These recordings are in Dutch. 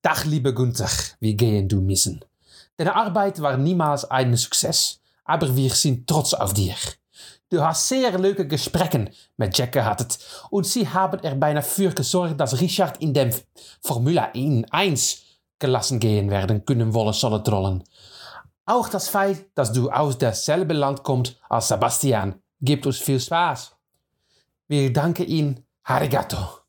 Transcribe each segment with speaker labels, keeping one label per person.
Speaker 1: Dag, lieber Günther, wir gehen du missen. Deine Arbeit war niemals ein Success, aber wir sind trotz auf dir. Du hast sehr leuke Gesprekken met Jack gehad. Und sie haben er bijna für gesorgt, dass Richard in dem Formula 1 1 gelassen gehen werden können wollen sollen trollen. Auch das feit, dass du aus derselbe Land kommt als Sebastian, gibt uns viel Spaß. Wir danken Ihnen, Arigato.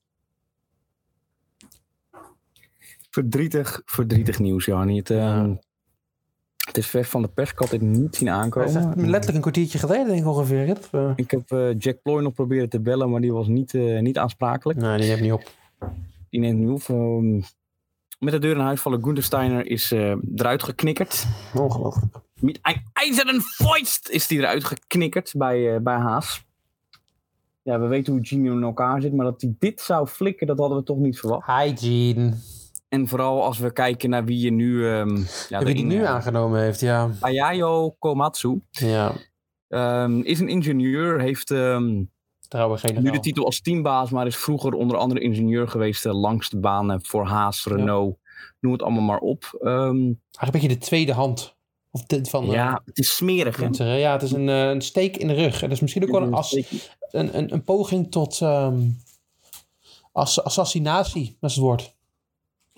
Speaker 2: Verdrietig, verdrietig nieuws, Jani. Het, eh, het is ver van de pers. Ik had dit niet zien
Speaker 3: Dat is echt
Speaker 2: aankomen.
Speaker 3: letterlijk een kwartiertje geleden, denk ik ongeveer. hè, dat we-
Speaker 2: Ik heb eh, Jack Ploy nog proberen te bellen, maar die was niet, eh, niet aansprakelijk.
Speaker 3: Nee, die heb ik niet op.
Speaker 2: Die neemt nu op. ehm, met de deur in huis vallen. Gunther Steiner is eh, eruit geknikkerd.
Speaker 3: Ongelooflijk.
Speaker 2: Met een ijzeren voist is die eruit geknikkerd bij, eh, bij Haas. Ja, we weten hoe Gino in elkaar zit, maar dat hij dit zou flikken, dat hadden we toch niet verwacht.
Speaker 1: Hi, Gene.
Speaker 2: En vooral als we kijken naar wie je nu... ehm ja,
Speaker 3: Wie die
Speaker 2: erin,
Speaker 3: nu
Speaker 2: eh,
Speaker 3: aangenomen heeft, ja.
Speaker 2: Ayayo Komatsu
Speaker 3: Ja,
Speaker 2: ehm, is een ingenieur, heeft ehm,
Speaker 3: trouwens geen
Speaker 2: nu de titel als teambaas, maar is vroeger onder andere ingenieur geweest eh, langs de banen voor Haas, Renault, noem het allemaal maar op. Ehm,
Speaker 3: Eigenlijk een beetje de tweede hand. Of dit van eh,
Speaker 2: ja, het is smerig. hè?
Speaker 3: Gunther, hè. Ja, het is een, eh, een steek in de rug. En dat is misschien ook wel een, as, een, een, een poging tot ehm, as- assassinatie, dat is het woord.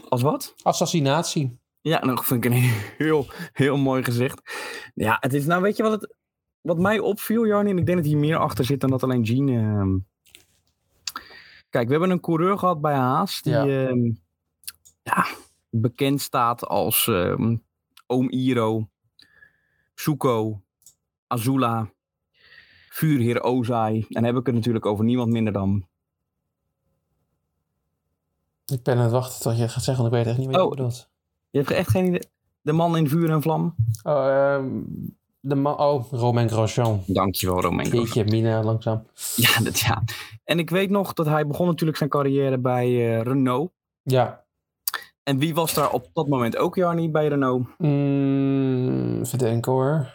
Speaker 2: Als wat?
Speaker 3: Assassinatie.
Speaker 2: Ja, nou, dat vind ik een heel, heel mooi gezicht. Ja, het is, nou weet je wat, het, wat mij opviel, Jarni, en ik denk dat hier meer achter zit dan dat alleen Jean. ehm. Kijk, we hebben een coureur gehad bij Haas die
Speaker 3: Ja.
Speaker 2: ehm, ja, bekend staat als ehm, Oom Iro, Suko, Azula, Vuurheer Ozai. En dan heb ik het natuurlijk over niemand minder dan.
Speaker 3: Ik ben aan het wachten tot je het gaat zeggen, want ik weet echt niet wat je
Speaker 2: Oh.
Speaker 3: bedoelt.
Speaker 2: Je hebt echt geen idee. De man in vuur en vlam.
Speaker 3: Oh, ehm, de ma- oh, Romain Grosjean.
Speaker 2: Dankjewel, Romain. Grosjean.
Speaker 3: Jeetje, Mina, langzaam.
Speaker 2: Ja, dat, ja. En ik weet nog dat hij begon natuurlijk zijn carrière bij eh, Renault.
Speaker 3: Ja.
Speaker 2: En wie was daar op dat moment ook, Jarni, bij Renault?
Speaker 3: Mm, even denken hoor.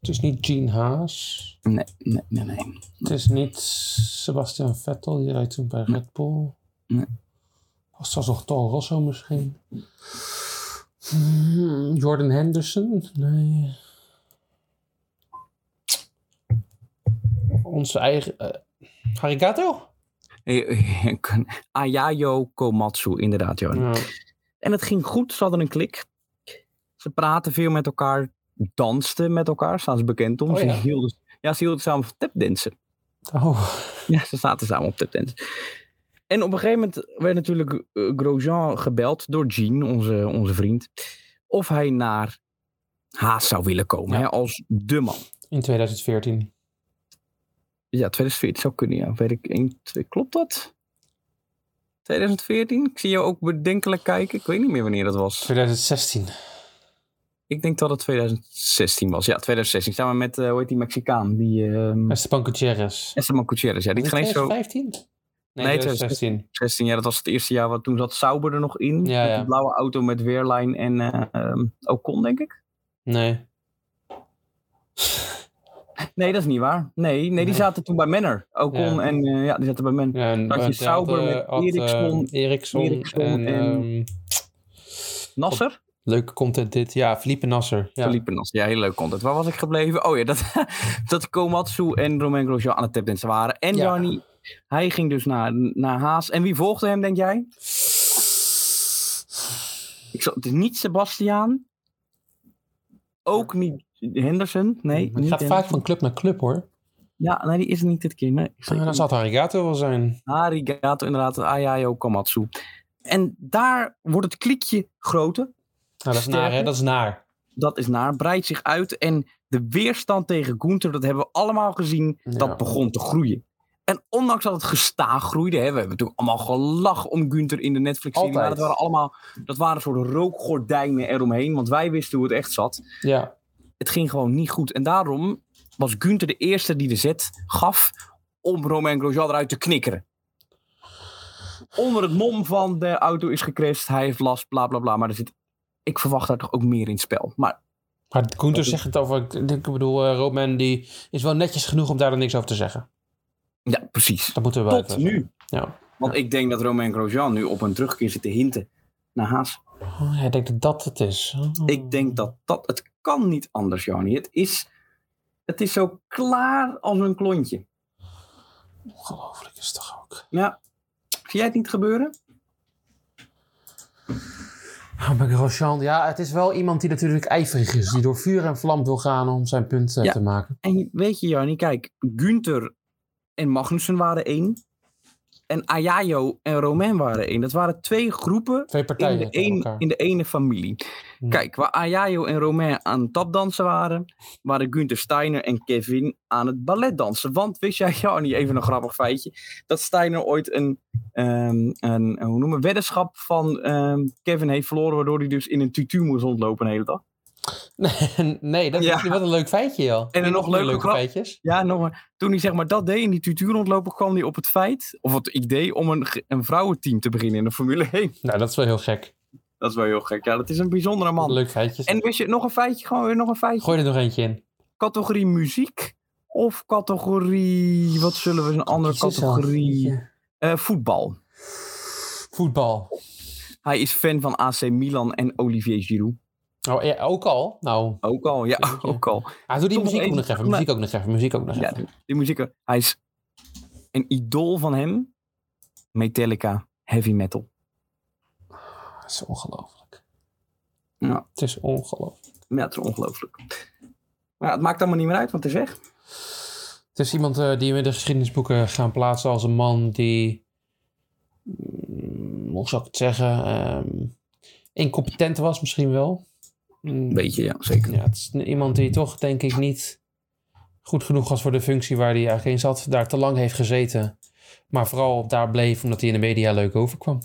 Speaker 3: Het is niet Gene Haas.
Speaker 2: Nee, nee, nee. nee.
Speaker 3: Het is niet Sebastian Vettel, die rijdt toen bij Red Bull.
Speaker 2: Nee.
Speaker 3: Was dat nog Toro Rosso misschien? Hmm, Jordan Henderson? Nee. Onze eigen... eh, Harigato?
Speaker 2: Eh, eh, Ayayo Komatsu, inderdaad, Jarni.
Speaker 3: Ja.
Speaker 2: En het ging goed, ze hadden een klik. Ze praten veel met elkaar, dansten met elkaar, staan ze bekend om.
Speaker 3: Oh,
Speaker 2: ze,
Speaker 3: ja.
Speaker 2: hielden, ja, ze hielden samen van tapdansen.
Speaker 3: Oh,
Speaker 2: Ja, ze zaten samen op tapdance. En op een gegeven moment werd natuurlijk eh, Grosjean gebeld door Jean, onze, onze vriend, of hij naar Haas zou willen komen
Speaker 3: Ja.
Speaker 2: hè, als de man.
Speaker 3: in 2014.
Speaker 2: Ja, 2014 zou kunnen, ja. Weet ik, één, twee, klopt dat? 2014? Ik zie jou ook bedenkelijk kijken. Ik weet niet meer wanneer dat was.
Speaker 3: 2016.
Speaker 2: Ik denk dat het 2016 was. Ja, 2016. Samen met, eh, hoe heet die Mexicaan? Die ehm
Speaker 3: Esteban Gutierrez.
Speaker 2: Esteban Gutierrez. Ja, die is geen eens zo...
Speaker 3: 2015? Nee,
Speaker 2: Nee,
Speaker 3: 2016.
Speaker 2: 16 jaar, dat was het eerste jaar. Wat, toen zat Sauber er nog in.
Speaker 3: Ja,
Speaker 2: met
Speaker 3: ja.
Speaker 2: die blauwe auto met Weerlijn en eh ehm, Ocon, denk ik.
Speaker 3: Nee.
Speaker 2: Nee, dat is niet waar. Nee, nee, die
Speaker 3: Nee.
Speaker 2: zaten toen bij Menner. Ocon
Speaker 3: Ja.
Speaker 2: en eh, ja, die zaten bij Menner.
Speaker 3: Ja, en
Speaker 2: Had je
Speaker 3: want hij had,
Speaker 2: Sauber
Speaker 3: eh,
Speaker 2: met
Speaker 3: had, eh,
Speaker 2: Eriksson,
Speaker 3: Eriksson
Speaker 2: Eriksson
Speaker 3: en... ehm,
Speaker 2: en- Nasser?
Speaker 3: leuke content dit. Ja, Felipe Nasser. Ja.
Speaker 2: Felipe Nasser. Ja, heel leuk content. Waar was ik gebleven? Oh ja, dat, dat Komatsu en Romain Grosjean aan het tapdance waren. En
Speaker 3: Ja.
Speaker 2: Jarni, hij ging dus naar, naar Haas. En wie volgde hem, denk jij? Ik zal, het is niet Sebastiaan. Ook niet Henderson. Nee,
Speaker 3: Maar het
Speaker 2: niet
Speaker 3: gaat
Speaker 2: Henderson.
Speaker 3: vaak Ah, van club naar club hoor.
Speaker 2: Ja, nee, die is er niet dit keer. Nee,
Speaker 3: En dan zal het Harigato wel zijn. Nou,
Speaker 2: Arigato, inderdaad. Ayayo Komatsu. En daar wordt het klikje groter.
Speaker 3: Nou, dat is naar hè, dat is naar.
Speaker 2: Dat is naar, breidt zich uit. En de weerstand tegen Gunther, dat hebben we allemaal gezien,
Speaker 3: Ja.
Speaker 2: dat begon te groeien. En ondanks dat het gestaag groeide, hè, we hebben toen allemaal gelachen om Gunther in de Netflix-serie. Maar
Speaker 3: Altijd.
Speaker 2: dat waren allemaal, dat waren een soort rookgordijnen eromheen, want wij wisten hoe het echt zat.
Speaker 3: Ja.
Speaker 2: Het ging gewoon niet goed. En daarom was Gunther de eerste die de zet gaf om Romain Grosjean eruit te knikkeren. Onder het mom van de auto is gecrashed, hij heeft last, bla bla bla. Maar er zit, ik verwacht daar toch ook meer in het spel. Maar
Speaker 3: Maar Gunther
Speaker 2: Dat is-
Speaker 3: zegt het over. Ik, ik bedoel, eh, Roman die is wel netjes genoeg om daar dan niks over te zeggen.
Speaker 2: ja, precies.
Speaker 3: Dat moeten we wel
Speaker 2: Tot
Speaker 3: even.
Speaker 2: nu.
Speaker 3: Ja.
Speaker 2: Want ik denk dat Romain Grosjean nu op een terugkeer zit te hinten naar Haas.
Speaker 3: Oh, jij denkt dat dat het is. Oh.
Speaker 2: Ik denk dat dat... Het kan niet anders, Joni. Het is, het is zo klaar als een klontje.
Speaker 3: Ongelooflijk is het toch ook.
Speaker 2: Ja. Zie jij het niet gebeuren?
Speaker 3: Oh, maar Grosjean, ja, het is wel iemand die natuurlijk ijverig is. Die door vuur en vlam wil gaan om zijn punt eh,
Speaker 2: Ja.
Speaker 3: te maken.
Speaker 2: En weet je, Jani, kijk, Gunther en Magnussen waren één. En Ayayo en Romain waren één. Dat waren twee groepen
Speaker 3: Twee
Speaker 2: in
Speaker 3: partijen
Speaker 2: de,
Speaker 3: tegen
Speaker 2: een,
Speaker 3: elkaar.
Speaker 2: in de ene familie.
Speaker 3: Hmm.
Speaker 2: Kijk, waar Ayayo en Romain aan het tapdansen waren, waren Gunther Steiner en Kevin aan het balletdansen. Want wist jij, Jani, even een grappig feitje, dat Steiner ooit een, ehm, een, een hoe noemen, we, weddenschap van ehm, Kevin heeft verloren, waardoor hij dus in een tutu moest rondlopen de hele dag.
Speaker 3: Nee, nee, dat
Speaker 2: Ja.
Speaker 3: is wat een leuk feitje, joh.
Speaker 2: En een nog leuke
Speaker 3: leuke
Speaker 2: grap.
Speaker 3: feitjes.
Speaker 2: Ja, nog maar. Toen hij zeg maar dat deed in die tutuur rondlopen, kwam hij op het feit, of het idee, om een, ge- een vrouwenteam te beginnen in de Formule 1.
Speaker 3: Nou, dat is wel heel gek.
Speaker 2: Dat is wel heel gek. Ja, dat is een bijzondere man.
Speaker 3: Leuk feitjes.
Speaker 2: En wist je, nog een feitje, gewoon weer nog een feitje.
Speaker 3: Gooi er nog eentje in.
Speaker 2: Categorie muziek of categorie, wat zullen we, een andere
Speaker 3: Kies eens al.
Speaker 2: categorie, Eh, voetbal.
Speaker 3: Voetbal.
Speaker 2: Hij is fan van AC Milan en Olivier Giroud.
Speaker 3: Oh, ja, ook al? Nou,
Speaker 2: Ook al, ja,
Speaker 3: Jeetje.
Speaker 2: ook al.
Speaker 3: ah, doe die
Speaker 2: Toch
Speaker 3: muziek ook
Speaker 2: één.
Speaker 3: nog even.
Speaker 2: Maar-
Speaker 3: Muziek ook nog even. Muziek ook nog
Speaker 2: Ja,
Speaker 3: even.
Speaker 2: die, die muziek, hij is een idool van hem. Metallica, heavy metal.
Speaker 3: Het is ongelooflijk.
Speaker 2: Ja.
Speaker 3: Het is ongelooflijk.
Speaker 2: Ja, het is ongelooflijk. Maar ja, het maakt allemaal niet meer uit, want het is weg.
Speaker 3: Het is iemand eh, die we in de geschiedenisboeken gaan plaatsen als een man die... mm, hoe zou ik het zeggen? ehm, incompetent was misschien wel. Mm,
Speaker 2: Beetje, ja, zeker.
Speaker 3: Ja, het is n- iemand die toch denk ik niet goed genoeg was voor de functie waar hij eigenlijk in zat. Daar te lang heeft gezeten. Maar vooral daar bleef omdat hij in de media leuk overkwam.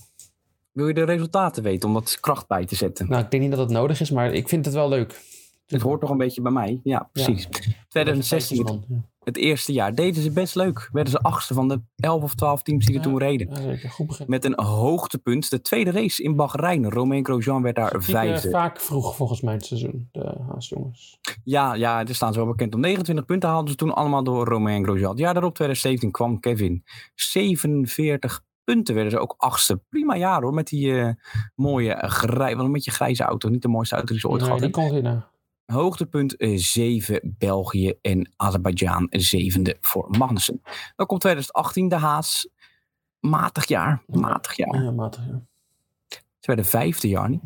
Speaker 2: Wil je de resultaten weten om wat kracht bij te zetten?
Speaker 3: Nou, ik denk niet dat het nodig is, maar ik vind het wel leuk.
Speaker 2: Het hoort toch een beetje bij mij? Ja, precies. 2016,
Speaker 3: Man, ja.
Speaker 2: het eerste jaar, deden ze best leuk. Werden ze achtste van de 11 of 12 teams die er
Speaker 3: Ja.
Speaker 2: toen reden.
Speaker 3: Ja, zeker. Goed begin.
Speaker 2: Met een hoogtepunt, de tweede race in Bahrein. Romain Grosjean werd daar
Speaker 3: Zie ik, eh,
Speaker 2: vijfde.
Speaker 3: vaak vroeg volgens mij het seizoen, de haasjongens.
Speaker 2: Ja, ja, er staan ze wel bekend. Om 29 punten haalden ze toen allemaal door Romain Grosjean. Het jaar daarop, 2017, kwam Kevin. 47 punten werden ze ook achtste. Prima jaar hoor, met die eh, mooie eh, grij, wel een beetje grijze auto. Niet de mooiste auto die ze ooit
Speaker 3: Nee,
Speaker 2: gehad
Speaker 3: die
Speaker 2: hebben.
Speaker 3: kon nou winnen.
Speaker 2: Hoogtepunt eh, 7 België en Azerbeidzjan zevende voor Magnussen. Dan komt 2018 de Haas. Matig jaar, matig jaar.
Speaker 3: Ja, matig. ja.
Speaker 2: Het werd de vijfde jaar niet.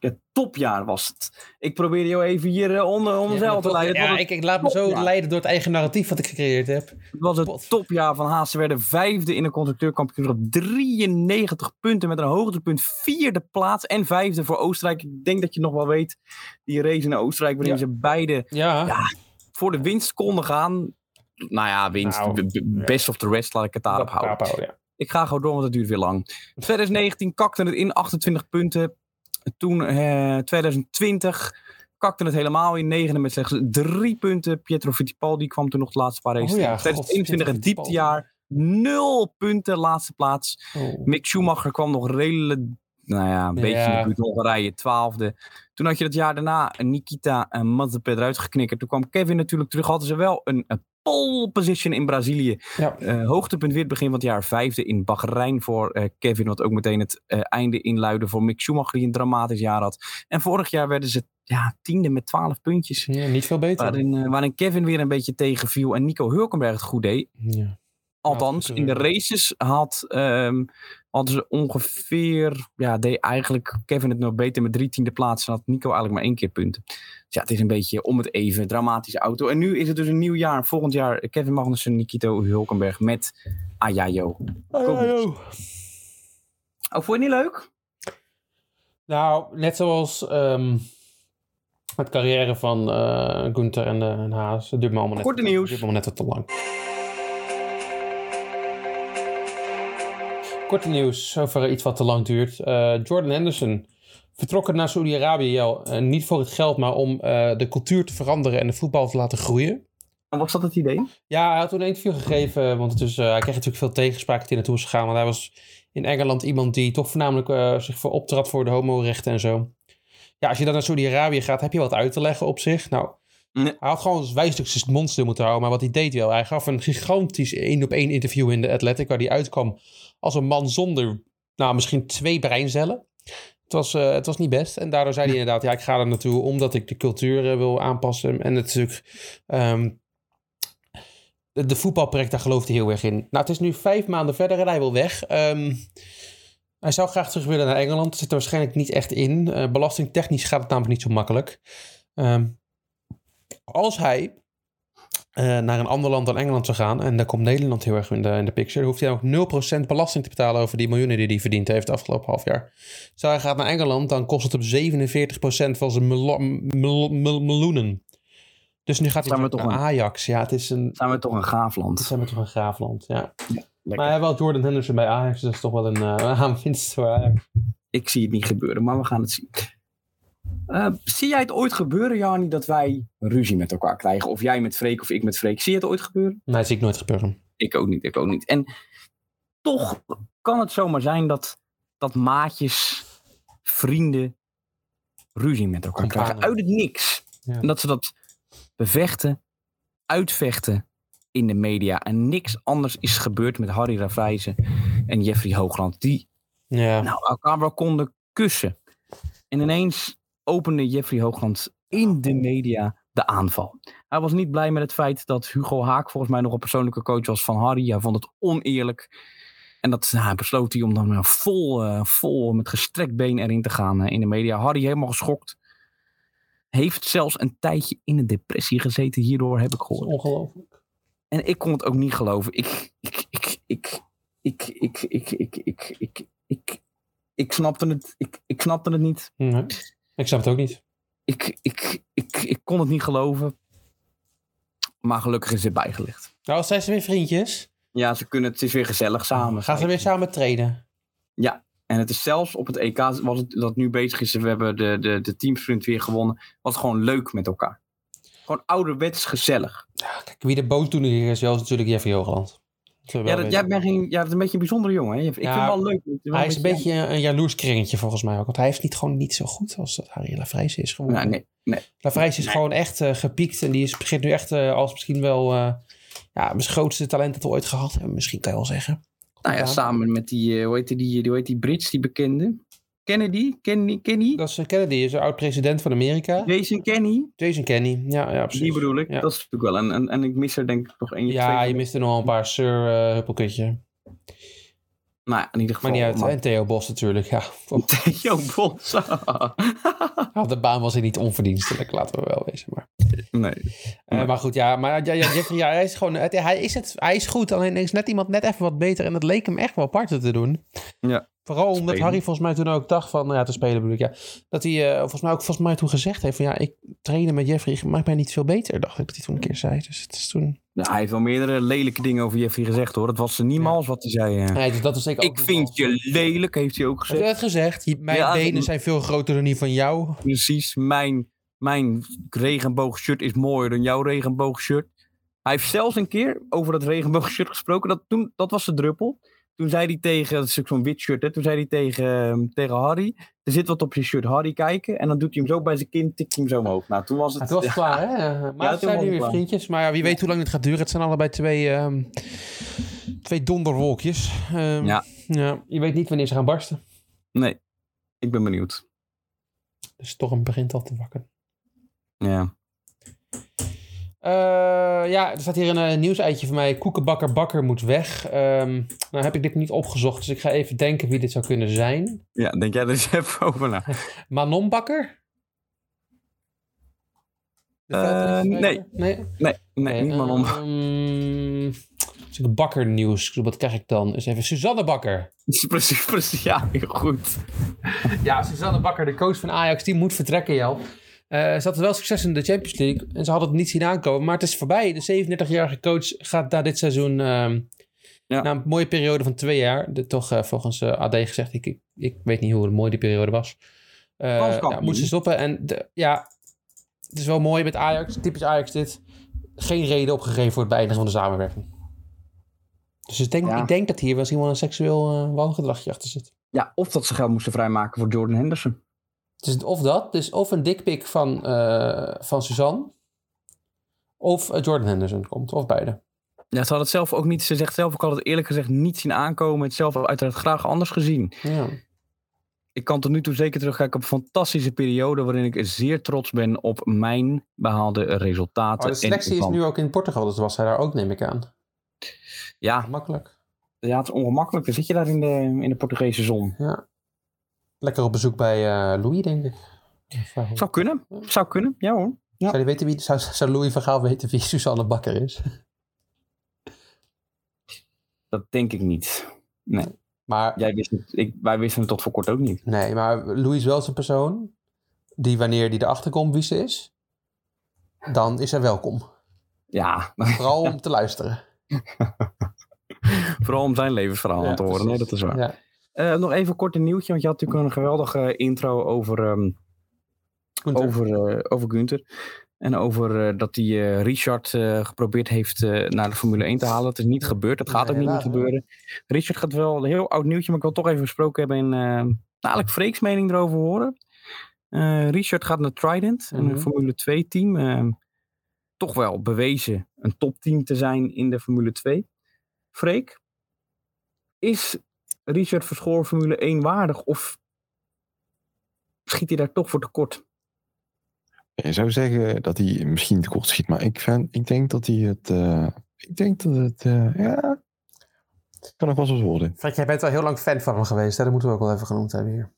Speaker 2: Het topjaar was het. Ik probeer jou even hier eh, onder, onder
Speaker 3: Ja,
Speaker 2: zelf
Speaker 3: maar
Speaker 2: te
Speaker 3: toch,
Speaker 2: leiden. Het
Speaker 3: ja,
Speaker 2: was het-
Speaker 3: ik, ik laat me zo
Speaker 2: Ja.
Speaker 3: leiden door het eigen narratief wat ik gecreëerd heb.
Speaker 2: Het was het topjaar van Haas. Ze werden vijfde in de constructeurkampioenschap. 93 punten met een hoogtepunt. Vierde plaats en vijfde voor Oostenrijk. Ik denk dat je nog wel weet. Die race in Oostenrijk waarin
Speaker 3: Ja.
Speaker 2: ze beide
Speaker 3: Ja,
Speaker 2: Ja, voor de winst konden gaan. Nou ja, winst.
Speaker 3: Nou,
Speaker 2: B- b- best of the rest, laat ik het
Speaker 3: dat
Speaker 2: daarop houden.
Speaker 3: Papo, ja.
Speaker 2: Ik ga gewoon door, want het duurt weer lang. 2019 kakte het in, 28 punten. Toen eh, 2020 kakte het helemaal in, negende met slechts drie punten. Pietro Fittipaldi kwam toen nog de laatste paar races.
Speaker 3: Oh ja,
Speaker 2: in.
Speaker 3: god,
Speaker 2: 2021 een
Speaker 3: Fittipaldi.
Speaker 2: dieptejaar, nul punten, laatste plaats.
Speaker 3: Oh.
Speaker 2: Mick Schumacher kwam nog redelijk, nou ja, een beetje in
Speaker 3: Ja.
Speaker 2: de buurt Hongarije, twaalfde. Toen had je dat jaar daarna Nikita en Mazepin eruit geknikkerd. Toen kwam Kevin natuurlijk terug, hadden ze wel een, een pole position in Brazilië.
Speaker 3: Ja.
Speaker 2: Eh, hoogtepunt weer het begin van het jaar. Vijfde in Bahrein voor eh, Kevin. Wat ook meteen het eh, einde inluidde voor Mick Schumacher. Die een dramatisch jaar had. En vorig jaar werden ze ja, tiende met twaalf puntjes.
Speaker 3: Ja, niet veel beter.
Speaker 2: Waarin, eh, waarin Kevin weer een beetje tegenviel. En Nico Hulkenberg het goed deed.
Speaker 3: Ja.
Speaker 2: Althans,
Speaker 3: Ja,
Speaker 2: in de races had, ehm, hadden ze ongeveer. Ja, deed eigenlijk Kevin het nog beter met drie tiende plaatsen. En had Nico eigenlijk maar één keer punten. Dus ja, het is een beetje om het even. Dramatische auto. En nu is het dus een nieuw jaar. Volgend jaar Kevin Magnussen, Nikito Hulkenberg met Ayayo. Oh, vond je het niet leuk?
Speaker 3: Nou, net zoals ehm, het carrière van eh Gunther en, eh, en Haas. Het duurt me allemaal net,
Speaker 2: Korte nieuws.
Speaker 3: het duurt me allemaal net wat te lang. Korte nieuws, over iets wat te lang duurt. Eh, Jordan Henderson vertrokken naar Saudi-Arabië. Jel. Eh, niet voor het geld, maar om eh, de cultuur te veranderen en de voetbal te laten groeien.
Speaker 2: En was dat het idee?
Speaker 3: Ja, hij had toen een interview gegeven, want het is, eh, hij kreeg natuurlijk veel tegenspraak dat hij naartoe is gegaan. Want hij was in Engeland iemand die toch voornamelijk eh, zich voor optrad voor de homorechten en zo. Ja, als je dan naar Saudi-Arabië gaat, heb je wat uit te leggen op zich. Nou,
Speaker 2: Nee.
Speaker 3: hij had gewoon wijselijk zijn mond stil moeten houden, maar wat hij deed wel. Hij gaf een gigantisch één-op-één interview in de Athletic, waar hij uitkwam als een man zonder, nou, misschien twee breincellen. Het was, eh, het was niet best. En daardoor zei hij inderdaad, ja, ik ga er naartoe omdat ik de cultuur eh, wil aanpassen. En natuurlijk, ehm, de, de voetbalproject, daar gelooft hij heel erg in. Nou, het is nu vijf maanden verder en hij wil weg. Ehm, hij zou graag terug willen naar Engeland. Dat zit er waarschijnlijk niet echt in. Eh, belastingtechnisch gaat het namelijk niet zo makkelijk. Ehm, als hij eh, naar een ander land dan Engeland zou gaan, en daar komt Nederland heel erg in de, in de picture, hoeft hij dan ook 0% belasting te betalen over die miljoenen die hij verdiend heeft de afgelopen half jaar. Stel hij gaat naar Engeland, dan kost het hem 47% van zijn melo- mel- mel- miljoenen. Dus nu gaat hij
Speaker 2: Zijn we
Speaker 3: terug naar
Speaker 2: toch een-
Speaker 3: Ajax. Ja, het is een,
Speaker 2: Zijn we toch een gaaf
Speaker 3: dat
Speaker 2: land.
Speaker 3: zijn we toch een graafland, ja. Maar
Speaker 2: Lekker.
Speaker 3: hij heeft wel Jordan Henderson bij Ajax, dus dat is toch wel een eh aanwinst voor Ajax.
Speaker 2: Ik zie het niet gebeuren, maar we gaan het zien. Eh, zie jij het ooit gebeuren, Jani, dat wij ruzie met elkaar krijgen? Of jij met Freek of ik met Freek? Zie je het ooit gebeuren?
Speaker 3: Nee, dat zie ik nooit gebeuren.
Speaker 2: Ik ook niet, ik ook niet. En toch kan het zomaar zijn dat, dat maatjes, vrienden, ruzie met elkaar
Speaker 3: Companen.
Speaker 2: krijgen. Uit het niks.
Speaker 3: Ja.
Speaker 2: En dat ze dat bevechten, uitvechten in de media. En niks anders is gebeurd met Harry Ravrijzen en Jeffrey Hoogland. Die
Speaker 3: Ja.
Speaker 2: nou, elkaar wel konden kussen. En ineens opende Jeffrey Hoogland in de media de aanval. Hij was niet blij met het feit dat Hugo Haak volgens mij nog een persoonlijke coach was van Harry. Hij vond het oneerlijk. En dat nou, hij besloot hij om dan eh, vol, eh, vol met gestrekt been erin te gaan eh, in de media. Harry helemaal geschokt. Heeft zelfs een tijdje in een depressie gezeten hierdoor, heb ik
Speaker 3: Dat is
Speaker 2: gehoord.
Speaker 3: ongelooflijk.
Speaker 2: En ik kon het ook niet geloven. Ik, ik, ik, ik, ik, ik, ik, ik, ik, ik, ik, ik snapte het. Ik, ik snapte het niet.
Speaker 3: Nee. Ik snap het ook niet.
Speaker 2: Ik, ik, ik, ik kon het niet geloven. Maar gelukkig is het bijgelegd.
Speaker 3: Nou, zijn ze weer vriendjes?
Speaker 2: Ja, ze kunnen, het is weer gezellig samen.
Speaker 3: Gaan ze weer samen trainen?
Speaker 2: En het is zelfs op het EK, was het, dat nu bezig is, we hebben de, de, de teamsprint weer gewonnen. Was het gewoon leuk met elkaar. Gewoon ouderwets gezellig.
Speaker 3: Ja, kijk, wie de boosdoener hier is, wel is natuurlijk Jeffrey Hoogland. Zullen we
Speaker 2: Ja,
Speaker 3: wel
Speaker 2: dat, jij
Speaker 3: weten.
Speaker 2: bent geen, jij bent een beetje een bijzondere jongen. Hè? Ik vind
Speaker 3: Ja,
Speaker 2: hem wel leuk.
Speaker 3: Hij is een beetje een jaloers kringetje volgens mij ook. Want hij heeft niet gewoon niet zo goed als dat Harry Lafrijs is geworden.
Speaker 2: Nou, nee,
Speaker 3: Lavrijs is
Speaker 2: Nee.
Speaker 3: gewoon echt eh, gepiekt en die is, begint nu echt eh, als misschien wel eh, ja, het grootste talent dat we ooit gehad hebben. Misschien kan je wel zeggen.
Speaker 2: Nou ja,
Speaker 3: Ja.
Speaker 2: samen met die, eh, hoe heet die, die, hoe heet die Brits, die bekende? Kennedy? Kenny? Kenny?
Speaker 3: Dat is eh, Kennedy, is een oud-president van Amerika.
Speaker 2: Jason Kenny?
Speaker 3: Jason Kenny, ja, ja
Speaker 2: Die
Speaker 3: precies.
Speaker 2: bedoel ik.
Speaker 3: Ja.
Speaker 2: Dat is natuurlijk wel. En, en, en ik mis er denk ik nog één.
Speaker 3: Ja,
Speaker 2: twee.
Speaker 3: je miste nog wel een paar Sir eh Huppelkutje.
Speaker 2: Nou, ja, in ieder
Speaker 3: Maar
Speaker 2: geval.
Speaker 3: niet uit.
Speaker 2: man.
Speaker 3: En Theo Bos natuurlijk, ja.
Speaker 2: Theo Bos.
Speaker 3: Nou, de baan was hij niet onverdienstelijk, laten we wel wezen. Maar,
Speaker 2: nee.
Speaker 3: Eh,
Speaker 2: Nee.
Speaker 3: maar goed, ja, maar ja, ja, Jeffrey, ja, hij is gewoon, het- hij is het, hij is goed. Alleen er is net iemand net even wat beter en dat leek hem echt wel parten te doen.
Speaker 2: Ja.
Speaker 3: Vooral omdat
Speaker 2: Spelen.
Speaker 3: Harry volgens mij toen ook dacht van, nou ja, te spelen bedoel ik, ja. Dat hij eh, volgens mij ook volgens mij toen gezegd heeft van, ja, ik trainen met Jeffrey maakt mij niet veel beter, dacht ik dat hij toen een keer zei. Dus het is toen...
Speaker 2: Nou, hij heeft wel meerdere lelijke dingen over Jeffrey gezegd hoor. Dat was ze niemals wat hij zei. eh.
Speaker 3: Nee, dus dat was zeker ook
Speaker 2: Ik
Speaker 3: niet
Speaker 2: vind
Speaker 3: wel-
Speaker 2: je lelijk, heeft hij ook
Speaker 3: Hij
Speaker 2: gezegd.
Speaker 3: heeft gezegd, je- mijn
Speaker 2: Ja,
Speaker 3: benen
Speaker 2: dat-
Speaker 3: zijn veel groter dan die van jou.
Speaker 2: Precies. Mijn, mijn regenboogshirt is mooier dan jouw regenboogshirt. Hij heeft zelfs een keer over dat regenboogshirt gesproken. Dat, toen, dat was de druppel. Toen zei hij tegen, dat is ook zo'n wit shirt, hè, toen zei hij tegen, ehm, tegen Harry, er zit wat op je shirt, Harry kijken. En dan doet hij hem zo bij zijn kin, tikt hij hem zo omhoog. Nou, toen was
Speaker 3: Ja,
Speaker 2: het...
Speaker 3: Het was klaar, hè? Maar
Speaker 2: Ja,
Speaker 3: ze zijn
Speaker 2: toen was
Speaker 3: nu
Speaker 2: het
Speaker 3: weer
Speaker 2: klaar.
Speaker 3: vriendjes. Maar ja, wie weet hoe lang het gaat duren. Het zijn allebei twee, ehm, twee donderwolkjes. Ehm,
Speaker 2: Ja.
Speaker 3: ja. Je weet niet wanneer ze gaan barsten.
Speaker 2: Nee, ik ben benieuwd.
Speaker 3: De storm begint al te wakken.
Speaker 2: Ja.
Speaker 3: Eh, ja, er staat hier een eh, nieuwseitje van mij. Koekenbakker Bakker moet weg. Ehm nou heb ik dit niet opgezocht, dus ik ga even denken wie dit zou kunnen zijn.
Speaker 2: ja, denk jij er eens even over na.
Speaker 3: Manon Bakker? De
Speaker 2: Eh,
Speaker 3: veldrijder?
Speaker 2: nee.
Speaker 3: Nee?
Speaker 2: Nee, nee, eh,
Speaker 3: Oké,
Speaker 2: niemand om.
Speaker 3: ehm, als ik bakkernieuws, doe, wat krijg ik dan? Eens even Suzanne Bakker.
Speaker 2: Precies, precies. Ja, heel goed.
Speaker 3: Ja, Suzanne Bakker, de coach van Ajax, die moet vertrekken, Jel. Eh, ze had wel succes in de Champions League en ze had het niet zien aankomen. Maar het is voorbij. De 37-jarige coach gaat na dit seizoen, ehm,
Speaker 2: Ja.
Speaker 3: na een mooie periode van twee jaar, de, toch eh, volgens eh, AD gezegd, ik, ik, ik weet niet hoe mooi die periode was. Eh,
Speaker 2: Landskampioen.
Speaker 3: ja, moet ze stoppen. En de- ja, het is wel mooi met Ajax, typisch Ajax dit. Geen reden opgegeven voor het beëindigen van de samenwerking. Dus ik denk,
Speaker 2: Ja.
Speaker 3: ik denk dat hier wel eens iemand een seksueel eh, wangedragje achter zit.
Speaker 2: Ja, of dat ze geld moesten vrijmaken voor Jordan Henderson.
Speaker 3: Het is of dat, dus of een dikpik van, eh, van Suzanne. Of eh, Jordan Henderson komt, of beide.
Speaker 2: Ja, ze had het zelf ook niet, ze zegt zelf ook al het eerlijk gezegd niet zien aankomen. Het zelf uiteraard graag anders gezien.
Speaker 3: Ja.
Speaker 2: Ik Ik kan tot nu toe zeker terugkijken op een fantastische periode waarin ik zeer trots ben op mijn behaalde resultaten.
Speaker 3: Oh, de selectie is
Speaker 2: van-
Speaker 3: nu ook in Portugal, dus was hij daar ook, neem ik aan.
Speaker 2: Ja,
Speaker 3: Makkelijk.
Speaker 2: ja, het is ongemakkelijk. Dan zit je daar in de, in de Portugese zon.
Speaker 3: Lekker op bezoek bij eh, Louis, denk ik. Zou,
Speaker 2: Zou kunnen. Zou kunnen, ja hoor.
Speaker 3: zou, die weten wie, zou, zou Louis van Gaal weten wie Suzanne Bakker is?
Speaker 2: Dat denk ik niet.
Speaker 3: Maar,
Speaker 2: Jij wist het, ik, wij wisten het tot voor kort ook niet.
Speaker 3: nee, maar Louis is wel zo'n persoon die wanneer die erachter komt wie ze is, dan is hij welkom.
Speaker 2: Ja,
Speaker 3: Vooral om te luisteren.
Speaker 2: vooral om zijn levensverhaal
Speaker 3: Ja,
Speaker 2: aan te horen. Nee,
Speaker 3: precies.
Speaker 2: dat is waar.
Speaker 3: Ja.
Speaker 2: Eh, nog even kort een nieuwtje, want je had natuurlijk een geweldige intro over, ehm,
Speaker 3: Gunther.
Speaker 2: over, eh, over Gunther. En over eh, dat hij eh, Richard eh, geprobeerd heeft eh, naar de Formule 1 te halen. Het is niet gebeurd, dat gaat
Speaker 3: Nee,
Speaker 2: ook niet meer
Speaker 3: helaas, hè.
Speaker 2: gebeuren. Richard gaat wel een heel oud nieuwtje, maar ik wil toch even gesproken hebben in eh dadelijk Freek's mening erover horen. Eh, Richard gaat naar Trident,
Speaker 3: Mhm.
Speaker 2: een Formule 2 team. ehm, toch wel bewezen een topteam te zijn in de Formule 2. Freek, is Richard Verschoor Formule 1 waardig of schiet hij daar toch voor tekort?
Speaker 4: Je zou zeggen dat hij misschien tekort schiet, maar ik, vind, ik denk dat hij het. eh, ik denk dat het. eh, ja. Kan nog wel eens wat worden.
Speaker 3: Fred, jij bent wel heel lang fan van hem geweest, hè? dat moeten we ook wel even genoemd hebben hier.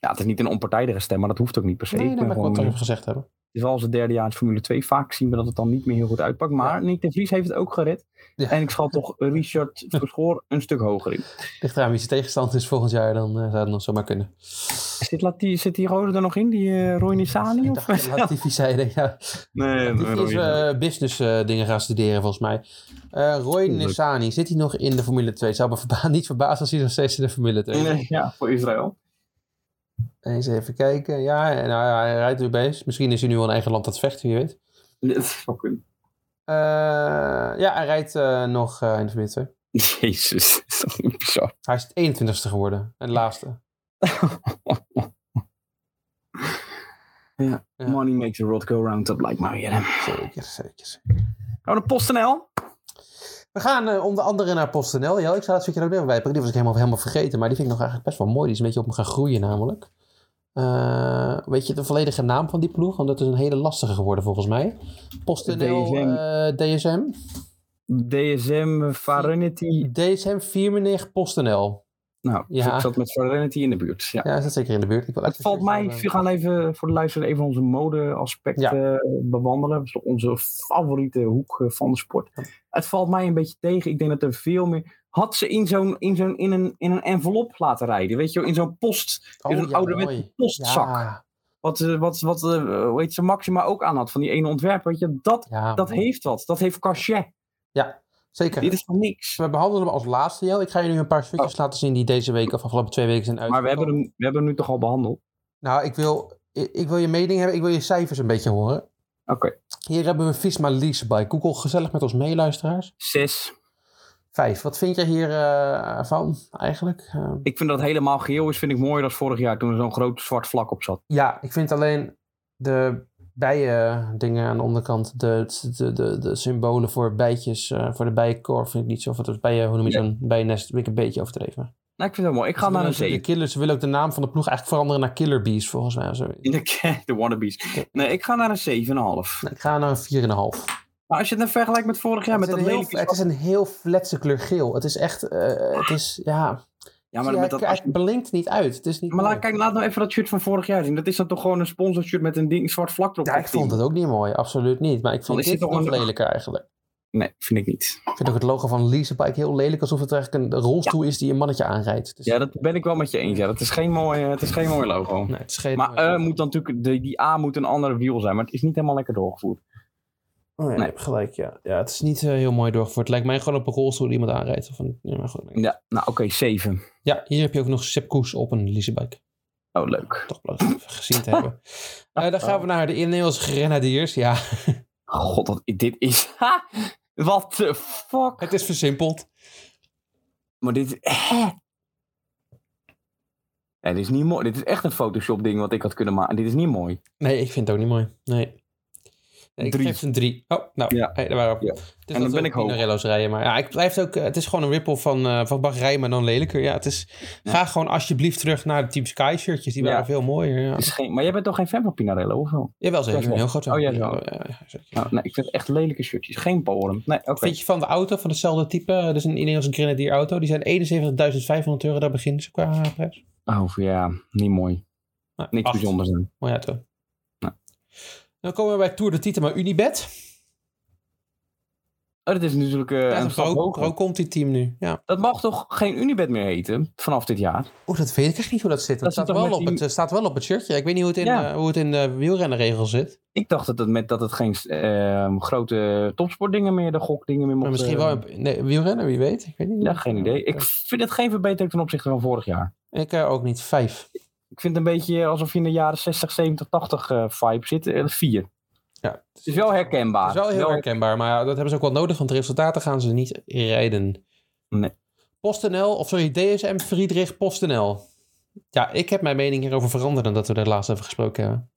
Speaker 2: Ja, het is niet een onpartijdige stem, maar dat hoeft ook niet per se.
Speaker 3: Nee,
Speaker 2: Ik
Speaker 3: dat
Speaker 2: ben
Speaker 3: mag ik wel
Speaker 2: gewoon,
Speaker 3: toch
Speaker 2: eh,
Speaker 3: even gezegd hebben.
Speaker 2: het is al zijn derde jaar in Formule 2. Vaak zien we dat het dan niet meer heel goed uitpakt. Maar Nick de Vries heeft het ook gered.
Speaker 3: Ja.
Speaker 2: En ik schat toch Richard Verschoor een stuk hoger in.
Speaker 3: Ligt eraan wie zijn tegenstand is volgend jaar, dan eh, zou dat nog zomaar kunnen.
Speaker 2: Zit, laat die, zit die rode er nog in, die eh Roy Nissani?
Speaker 3: Ik
Speaker 2: Of?
Speaker 3: dacht dat Latifi zei, ik denk, ja,
Speaker 2: Nee,
Speaker 3: Latifi is eh, business eh, dingen gaan studeren volgens mij. Eh, Roy
Speaker 2: Tuurlijk.
Speaker 3: Nissani, zit hij nog in de Formule 2? Het zou me verba- niet verbazen als hij nog steeds in de Formule 2 is.
Speaker 2: Ja, voor Israël.
Speaker 3: Eens even kijken. Ja, en nou, ja, hij rijdt weer bezig. Misschien is hij nu al in eigen land dat vecht, wie weet.
Speaker 2: Dat zou kunnen.
Speaker 3: Eh, ja, hij rijdt eh, nog eh, in de Formule 2.
Speaker 2: Jezus, dat is toch niet bizar.
Speaker 3: Hij is het 21ste geworden. En de laatste. Ja.
Speaker 2: Money makes the world go round, dat blijkt maar weer. hè.
Speaker 3: Zeker, zeker. zeker.
Speaker 2: Oh, de PostNL?
Speaker 3: We gaan eh, onder andere naar PostNL. Ja, ik zou het stukje er ook nog bij pakken. Die was ik helemaal, helemaal vergeten. Maar die vind ik nog eigenlijk best wel mooi. Die is een beetje op me gaan groeien namelijk. Eh, weet je de volledige naam van die ploeg? Want dat is een hele lastige geworden volgens mij. PostNL,
Speaker 2: DSM.
Speaker 3: eh, DSM.
Speaker 2: DSM, Varenity.
Speaker 3: DSM 94 PostNL.
Speaker 2: Nou,
Speaker 3: Ja.
Speaker 2: ik zat met Varenity in de buurt. Ja.
Speaker 3: Ja, is dat zeker in de buurt? Ik wil
Speaker 2: Het
Speaker 3: even- eh,
Speaker 2: valt mij, we gaan even voor de luisteraar even onze mode-aspect
Speaker 3: Ja.
Speaker 2: eh, bewandelen. Dat is onze favoriete hoek eh, van de sport. Het valt mij een beetje tegen. Ik denk dat er veel meer. Had ze in, zo'n, in, zo'n, in, een, in een envelop laten rijden. Weet je, wel, in zo'n post,
Speaker 3: Oh,
Speaker 2: in zo'n
Speaker 3: ja,
Speaker 2: ouderwetse
Speaker 3: mooi.
Speaker 2: postzak.
Speaker 3: Ja,
Speaker 2: Wat, eh, wat, wat eh, hoe heet ze, Maxima ook aan had van die ene ontwerp. Weet je, dat,
Speaker 3: ja,
Speaker 2: dat heeft wat. Dat heeft cachet.
Speaker 3: zeker.
Speaker 2: Dit is van niks.
Speaker 3: We behandelen hem als laatste, Jel. Ik ga je nu een paar stukjes laten zien die deze week of afgelopen twee weken zijn uit.
Speaker 2: Maar we hebben, hem, we hebben hem nu toch al behandeld.
Speaker 3: Nou, ik wil, ik, ik wil je mening hebben. Ik wil je cijfers een beetje horen.
Speaker 2: Oké,
Speaker 3: Hier hebben we Visma Lease bij Google. Gezellig met ons meeluisteraars.
Speaker 2: zes.
Speaker 3: Vijf. Wat vind jij hier eh, van eigenlijk? Eh,
Speaker 2: Ik vind dat het helemaal geel is, vind ik mooier dan vorig jaar toen er zo'n groot zwart vlak op zat.
Speaker 3: ja, ik vind alleen de bijen eh, dingen aan de onderkant, de, de, de, de symbolen voor bijtjes, eh, voor de bijenkorf vind ik niet zo. Of het bijen, hoe noem je zo'n bijennest, vind ik een beetje overdreven.
Speaker 2: Nou, ik vind het wel mooi. Ik
Speaker 3: Ze
Speaker 2: ga naar
Speaker 3: willen ook
Speaker 2: een
Speaker 3: De
Speaker 2: zeven.
Speaker 3: killers ze willen ook de naam van de ploeg eigenlijk veranderen naar Killer Bees, volgens mij. of zo.
Speaker 2: In de, de wannabes. Nee, ik ga naar een 7,5. Nou,
Speaker 3: Nou, ik ga naar een 4,5.
Speaker 2: als je het dan vergelijkt met vorig jaar, met
Speaker 3: het,
Speaker 2: dat
Speaker 3: is een heel, het
Speaker 2: lelijke
Speaker 3: is
Speaker 2: zwart-
Speaker 3: een heel flatse kleur geel. Het is echt, eh, het is, ja.
Speaker 2: Ja,
Speaker 3: maar
Speaker 2: maar met dat...
Speaker 3: hij, hij blinkt niet uit. Het is niet
Speaker 2: Maar laat,
Speaker 3: mooi.
Speaker 2: kijk, laat nou even dat shirt van vorig jaar zien. Dat is dan toch gewoon een sponsorshirt met een ding, zwart vlak erop.
Speaker 3: ja, ik vond het ook niet mooi, absoluut niet. Maar ik
Speaker 2: Dan
Speaker 3: vond
Speaker 2: is
Speaker 3: dit
Speaker 2: dit
Speaker 3: nog
Speaker 2: toch een-
Speaker 3: lelijker eigenlijk.
Speaker 2: Nee, vind ik niet.
Speaker 3: Ik vind ook het logo van Leasebike heel lelijk, alsof het eigenlijk een rolstoel is die een mannetje aanrijdt. Dus,
Speaker 2: Ja, dat ben ik wel met je eens. Ja, dat is geen mooi, eh, het is geen mooi logo.
Speaker 3: nee, het is geen.
Speaker 2: Maar eh, moet dan natuurlijk, de, die A moet een andere wiel zijn, maar het is niet helemaal lekker doorgevoerd.
Speaker 3: Oh, ja, je
Speaker 2: nee.
Speaker 3: hebt gelijk, ja. ja. Het is niet eh, heel mooi doorgevoerd. Het lijkt mij gewoon op een rolstoel die iemand aanrijdt. Of een, ja, maar goed, nee.
Speaker 2: Ja, nou oké, 7.
Speaker 3: ja, hier heb je ook nog Sepp Koes op een Leasebike.
Speaker 2: Oh, leuk.
Speaker 3: Toch belangrijk om even gezien te hebben. Eh, dan gaan we naar de Ineos Grenadiers. Ja,
Speaker 2: God, wat- dit is... Ha! What the fuck?
Speaker 3: het is versimpeld.
Speaker 2: Maar dit. Hè? Nee, dit is niet mooi. Dit is echt een Photoshop-ding wat ik had kunnen maken. Dit is niet mooi.
Speaker 3: Nee, ik vind het ook niet mooi. Nee. Nee, ik
Speaker 2: Drie.
Speaker 3: geef ze een drie. Oh, nou,
Speaker 2: Ja.
Speaker 3: hey, daar waren we.
Speaker 2: Ja.
Speaker 3: Het is
Speaker 2: dan
Speaker 3: dat we
Speaker 2: ben
Speaker 3: ook
Speaker 2: ik hoog.
Speaker 3: Pinarello's rijden, maar ja, ik blijf ook, eh, het is gewoon een ripple van, eh van baggerij, maar dan lelijker. Ja, het is,
Speaker 2: Ja.
Speaker 3: ga gewoon alsjeblieft terug naar de Team Sky shirtjes, die
Speaker 2: Ja.
Speaker 3: waren veel mooier. Ja.
Speaker 2: Is geen, maar jij bent toch geen fan van Pinarello, of wel?
Speaker 3: Jawel,
Speaker 2: Dat
Speaker 3: zeker.
Speaker 2: wel.
Speaker 3: Een heel groot.
Speaker 2: Oh, ja,
Speaker 3: ja,
Speaker 2: zo.
Speaker 3: ja, zeker.
Speaker 2: Nou, nee, ik vind echt lelijke shirtjes. Geen poren. Nee, oké.
Speaker 3: Vind je van de auto, van hetzelfde type, dus een Ineos Grenadier auto, die zijn 71.500 euro, daar beginnen ze qua prijs.
Speaker 2: Oh, ja, niet mooi.
Speaker 3: Nou,
Speaker 2: Niks
Speaker 3: acht.
Speaker 2: bijzonders aan.
Speaker 3: Mooi auto.
Speaker 2: Nou.
Speaker 3: Dan komen we bij Tour de Tietema Unibet.
Speaker 2: Oh, dat is natuurlijk eh,
Speaker 3: Ja,
Speaker 2: een
Speaker 3: een
Speaker 2: stap
Speaker 3: pro,
Speaker 2: hoger.
Speaker 3: pro Conti team nu. Ja.
Speaker 2: Dat mag toch geen Unibed meer heten vanaf dit jaar?
Speaker 3: Oeh, dat weet ik echt niet hoe dat zit.
Speaker 2: Dat
Speaker 3: Dat,
Speaker 2: zit
Speaker 3: staat,
Speaker 2: toch
Speaker 3: wel
Speaker 2: met
Speaker 3: op
Speaker 2: die-
Speaker 3: het, eh, staat wel op het shirtje. Ik weet niet hoe het in,
Speaker 2: Ja.
Speaker 3: eh, hoe het in de wielrennerregel zit.
Speaker 2: Ik dacht dat het, met, dat het geen eh, grote topsportdingen meer, de gokdingen meer
Speaker 3: Maar
Speaker 2: mochten.
Speaker 3: misschien wel in nee, wielrenner, wie weet. Ik weet niet.
Speaker 2: eh, Ja, geen idee. Ik vind het geen verbetering ten opzichte van vorig jaar.
Speaker 3: Ik eh, ook niet. Vijf.
Speaker 2: Ik vind het een beetje alsof je in de jaren 60, 70, 80 eh, vibe zit. Eh, Vier.
Speaker 3: Ja.
Speaker 2: Het is wel herkenbaar.
Speaker 3: Dat is wel heel
Speaker 2: Wel-
Speaker 3: herkenbaar, maar ja, dat hebben ze ook wel nodig, want de resultaten gaan ze niet rijden.
Speaker 2: Nee.
Speaker 3: PostNL, of sorry, DSM Friedrich PostNL. Ja, ik heb mijn mening hierover veranderd nadat we daar laatst over gesproken hebben.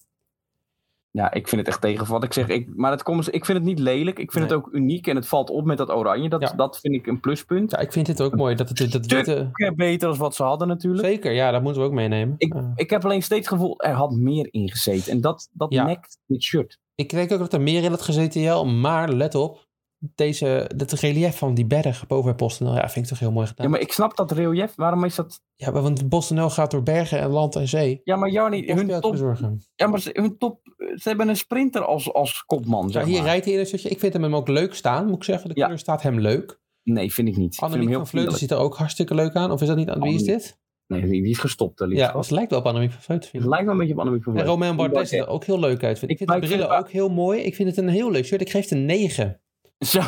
Speaker 2: Ja, ik vind het echt tegen wat ik zeg. Ik, maar het komt, ik vind het niet lelijk. Ik vind
Speaker 3: Nee.
Speaker 2: het ook uniek. En het valt op met dat oranje. Dat,
Speaker 3: Ja.
Speaker 2: dat vind ik een pluspunt.
Speaker 3: Ja, ik vind dit ook mooi. Dat het, dat
Speaker 2: Stuk.
Speaker 3: witte-
Speaker 2: Ook weer Beter dan wat ze hadden natuurlijk.
Speaker 3: zeker, ja, dat moeten we ook meenemen. Ja.
Speaker 2: Ik heb alleen steeds het gevoel, er had meer in gezeten. En dat, dat
Speaker 3: Ja.
Speaker 2: nekt dit shirt.
Speaker 3: Ik denk ook dat er meer in had gezeten, Jel. Maar let op, deze, dat relief van die berg boven bij PostNL, ja, vind ik toch heel mooi gedaan.
Speaker 2: Ja, maar ik snap dat relief. Waarom is dat...
Speaker 3: Ja, maar want PostNL gaat door bergen en land en zee.
Speaker 2: Ja, maar Jarni, hun
Speaker 3: Postbeeld
Speaker 2: top...
Speaker 3: verzorgen.
Speaker 2: Ja, maar ze, hun top... Ze hebben een sprinter als, als kopman,
Speaker 3: Ja,
Speaker 2: zeg
Speaker 3: hier
Speaker 2: maar.
Speaker 3: rijdt hij in een shirtje. Ik vind hem ook leuk staan, moet ik zeggen. De
Speaker 2: Ja.
Speaker 3: kleur staat hem leuk.
Speaker 2: Nee, vind ik niet. Ik vind hem
Speaker 3: Annemiek
Speaker 2: heel
Speaker 3: van Vleuten
Speaker 2: vriendelijk.
Speaker 3: ziet er ook hartstikke leuk aan. Of is dat niet... Wie is
Speaker 2: Annemiek.
Speaker 3: dit?
Speaker 2: Nee, die, die is gestopt, hè,
Speaker 3: Ja,
Speaker 2: liefschat.
Speaker 3: het lijkt wel op Annemiek van Vleuten. vind
Speaker 2: Het
Speaker 3: ik.
Speaker 2: lijkt wel een beetje op Annemiek van
Speaker 3: En
Speaker 2: Vleuten.
Speaker 3: Romain Bardet ziet er ook heel leuk uit. vind Ik Ik
Speaker 2: Ik-
Speaker 3: vind de
Speaker 2: maar ik vind
Speaker 3: brillen
Speaker 2: het-
Speaker 3: ook heel mooi. Ik vind het een heel leuk shirt. Ik geef het een 9.
Speaker 2: Zo.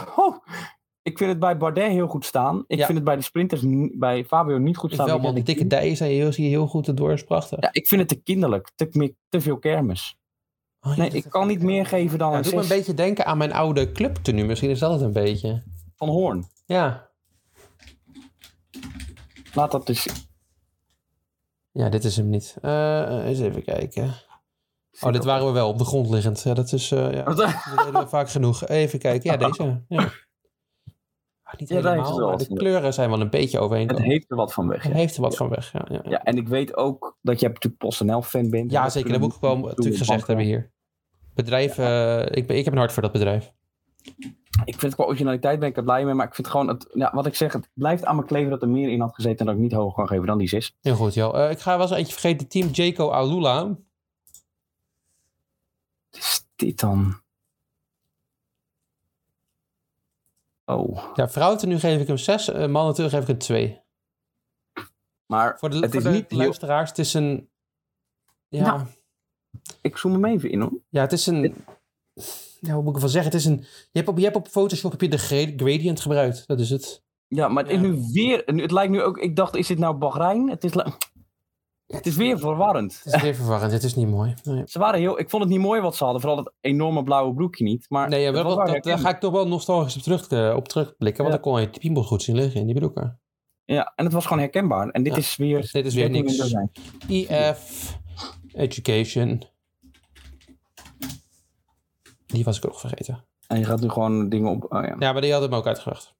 Speaker 2: Ik vind het bij Bardet heel goed staan. Ik
Speaker 3: Ja.
Speaker 2: vind het bij de sprinters, n- bij Fabio, niet goed staan.
Speaker 3: Wel
Speaker 2: Ik
Speaker 3: man, die
Speaker 2: vind het-
Speaker 3: dikke dijen zijn heel, zie je heel goed erdoor. Is prachtig.
Speaker 2: Ja, ik vind het te kinderlijk. Te, meer- te veel kermis.
Speaker 3: Oh, ja,
Speaker 2: Nee,
Speaker 3: dat
Speaker 2: ik
Speaker 3: is-
Speaker 2: kan niet meer geven dan
Speaker 3: Ja,
Speaker 2: een
Speaker 3: het doet Nou, me een
Speaker 2: zes
Speaker 3: beetje denken aan mijn oude clubtenu. Misschien is dat het een beetje.
Speaker 2: van Hoorn.
Speaker 3: Ja.
Speaker 2: Laat dat dus...
Speaker 3: Ja, dit is hem niet. Eh, eh, eens even kijken. Oh, dit waren we wel op de grond liggend. Ja, dat is eh, ja, dat deden we vaak genoeg. Even kijken. Ja, deze. Ja. Ah, niet
Speaker 2: Ja, daar
Speaker 3: helemaal,
Speaker 2: heeft het wel
Speaker 3: maar
Speaker 2: wat
Speaker 3: de
Speaker 2: van.
Speaker 3: kleuren zijn wel een beetje
Speaker 2: Het
Speaker 3: overeenkomstig.
Speaker 2: heeft er wat van weg.
Speaker 3: Hij
Speaker 2: Ja,
Speaker 3: heeft er wat van weg. Ja, ja, ja.
Speaker 2: Ja, en ik weet ook dat jij natuurlijk PostNL-fan bent.
Speaker 3: ja zeker. Dat moet ik wel eh, natuurlijk gezegd hebben hier. Bedrijf, eh, ik, ben- ik heb een hart voor dat bedrijf.
Speaker 2: Ik vind het qua originaliteit ben ik er blij mee. Maar ik vind gewoon, het, ja, wat ik zeg, het blijft aan mijn kleven dat er meer in had gezeten. En dat ik niet hoger kan geven dan die zes.
Speaker 3: Heel goed, joh. Eh, ik ga wel eens eentje vergeten. Team Jaco Alula.
Speaker 2: Wat is dit dan? Oh.
Speaker 3: Ja, vrouwen nu geef ik hem 6. mannen terug geef ik een 2.
Speaker 2: Maar
Speaker 3: Voor de,
Speaker 2: Het
Speaker 3: voor
Speaker 2: is
Speaker 3: de
Speaker 2: niet heel-
Speaker 3: luisteraars, het is een... Ja,
Speaker 2: Nou. ik zoom hem even in hoor.
Speaker 3: ja het is een... Ja, hoe moet ik ervan zeggen? Het is een... Je hebt op, je hebt op Photoshop heb je de gra- gradient gebruikt. Dat is het.
Speaker 2: Ja, maar het is
Speaker 3: Ja.
Speaker 2: nu weer. nu- Het lijkt nu ook. Ik dacht, is dit nou Bahrein? Het is, li- het is weer verwarrend.
Speaker 3: Het is weer verwarrend. Het is niet mooi. Nee,
Speaker 2: Ze waren heel. Ik vond het niet mooi wat ze hadden. Vooral dat enorme blauwe broekje niet. Maar
Speaker 3: nee ja,
Speaker 2: het
Speaker 3: wel,
Speaker 2: was
Speaker 3: dat,
Speaker 2: wel
Speaker 3: dat- daar ga ik toch wel nostalgisch op, terug, eh, op terugblikken. Want
Speaker 2: Ja.
Speaker 3: dan kon je die piemel goed zien liggen in die broeken.
Speaker 2: Ja, en het was gewoon herkenbaar. En dit
Speaker 3: Ja.
Speaker 2: is weer.
Speaker 3: Dit is weer
Speaker 2: dit moet
Speaker 3: niks.
Speaker 2: er zijn.
Speaker 3: EF. E Education. Die was ik ook vergeten.
Speaker 2: En je gaat nu gewoon dingen op. Oh ja.
Speaker 3: Ja, maar die had hem ook uitgebracht.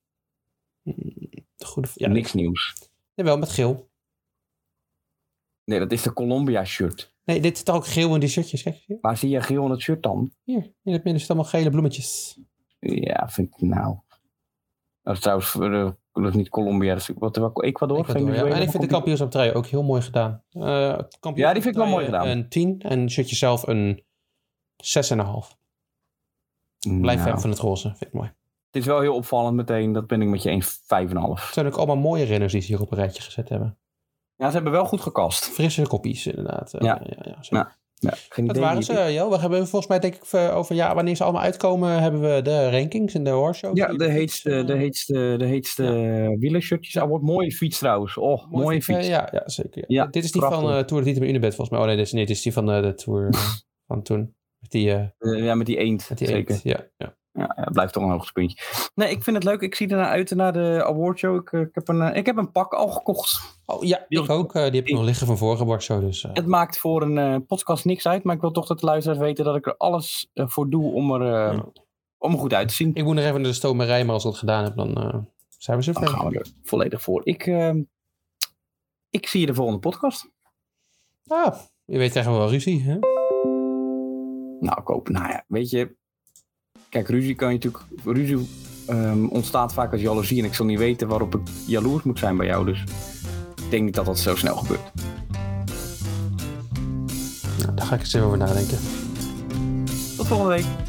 Speaker 3: Hmm,
Speaker 2: Mm,
Speaker 3: Goede... Ja, nee.
Speaker 2: Niks nieuws.
Speaker 3: Jawel, met geel.
Speaker 2: Nee, dat is de Columbia shirt.
Speaker 3: Nee, dit is toch ook geel in die shirtjes. Kijk, zie je?
Speaker 2: Waar zie je geel in het shirt dan?
Speaker 3: Hier, in het midden zitten allemaal gele bloemetjes.
Speaker 2: Ja, vind ik nou. Dat is trouwens. voor de- Dat is niet Colombia. dat is- Wat, wat, Ecuador?
Speaker 3: Ecuador, ja.
Speaker 2: Venezuela?
Speaker 3: En ik vind de kampioenschaptrui ook heel mooi gedaan. Eh, het
Speaker 2: Ja, die vind ik wel
Speaker 3: kampioenschaptrui
Speaker 2: mooi gedaan.
Speaker 3: Een 10 en zet jezelf een 6,5. Blijf
Speaker 2: Nou,
Speaker 3: fan van het roze, vind ik mooi.
Speaker 2: Het is wel heel opvallend meteen. Dat ben ik met je eens. 5,5.
Speaker 3: Het zijn ook allemaal mooie renners die ze hier op een rijtje gezet hebben.
Speaker 2: Ja, ze hebben wel goed gekast.
Speaker 3: Frisse kopies, inderdaad. Eh,
Speaker 2: Ja. Nou,
Speaker 3: ja, ja, zeker.
Speaker 2: Ja, Ja, geen
Speaker 3: Dat
Speaker 2: idee
Speaker 3: waren
Speaker 2: wie
Speaker 3: ze,
Speaker 2: het
Speaker 3: Jo. We hebben volgens mij, denk ik, eh, over ja, wanneer ze allemaal uitkomen, hebben we de rankings en de
Speaker 2: is.
Speaker 3: horse eh,
Speaker 2: Ja, de heetste, de heetste, de heetste wielershirtjes. Ah, wordt mooie fiets trouwens. Oh, mooie, fiets.
Speaker 3: eh, Ja, ja, zeker. Ja.
Speaker 2: Ja,
Speaker 3: dit is die
Speaker 2: prachtig.
Speaker 3: van eh Tour de Tietem Unibet, volgens mij. Oh nee, dit is, nee, dit is die van eh, de Tour eh, van toen. Met die, eh,
Speaker 2: Eh, ja, met die eend.
Speaker 3: met die
Speaker 2: zeker. Nou
Speaker 3: eend. Ja, ja.
Speaker 2: Ja, ja, het blijft toch een hoogtepuntje. Nee, ik vind het leuk. Ik zie ernaar uit naar de awardshow. Ik, eh, ik, heb een, eh, ik heb een pak al gekocht.
Speaker 3: Oh ja,
Speaker 2: Die
Speaker 3: ik ook. eh, die heb ik nog liggen van vorige bar zo. Dus, eh.
Speaker 2: Het maakt voor een eh, podcast niks uit. Maar ik wil toch dat de luisteraars weten dat ik er alles eh, voor doe om er, eh, om er goed uit te zien.
Speaker 3: ehm, Ik moet nog even naar de stomerij, maar als ik dat gedaan heb, dan eh, zijn we
Speaker 2: Dan
Speaker 3: zover.
Speaker 2: gaan we er volledig voor. Ik, eh, ik zie je de volgende podcast.
Speaker 3: Ah, je weet krijgen we wel ruzie, hè?
Speaker 2: Nou, ik hoop, nou ja, weet je. Kijk, ruzie kan je natuurlijk. Ruzie ehm, ontstaat vaak als jaloezie. En ik zal niet weten waarop ik jaloers moet zijn bij jou. Dus ik denk niet dat dat zo snel gebeurt.
Speaker 3: Nou, daar ga ik eens even over nadenken.
Speaker 2: Tot volgende week.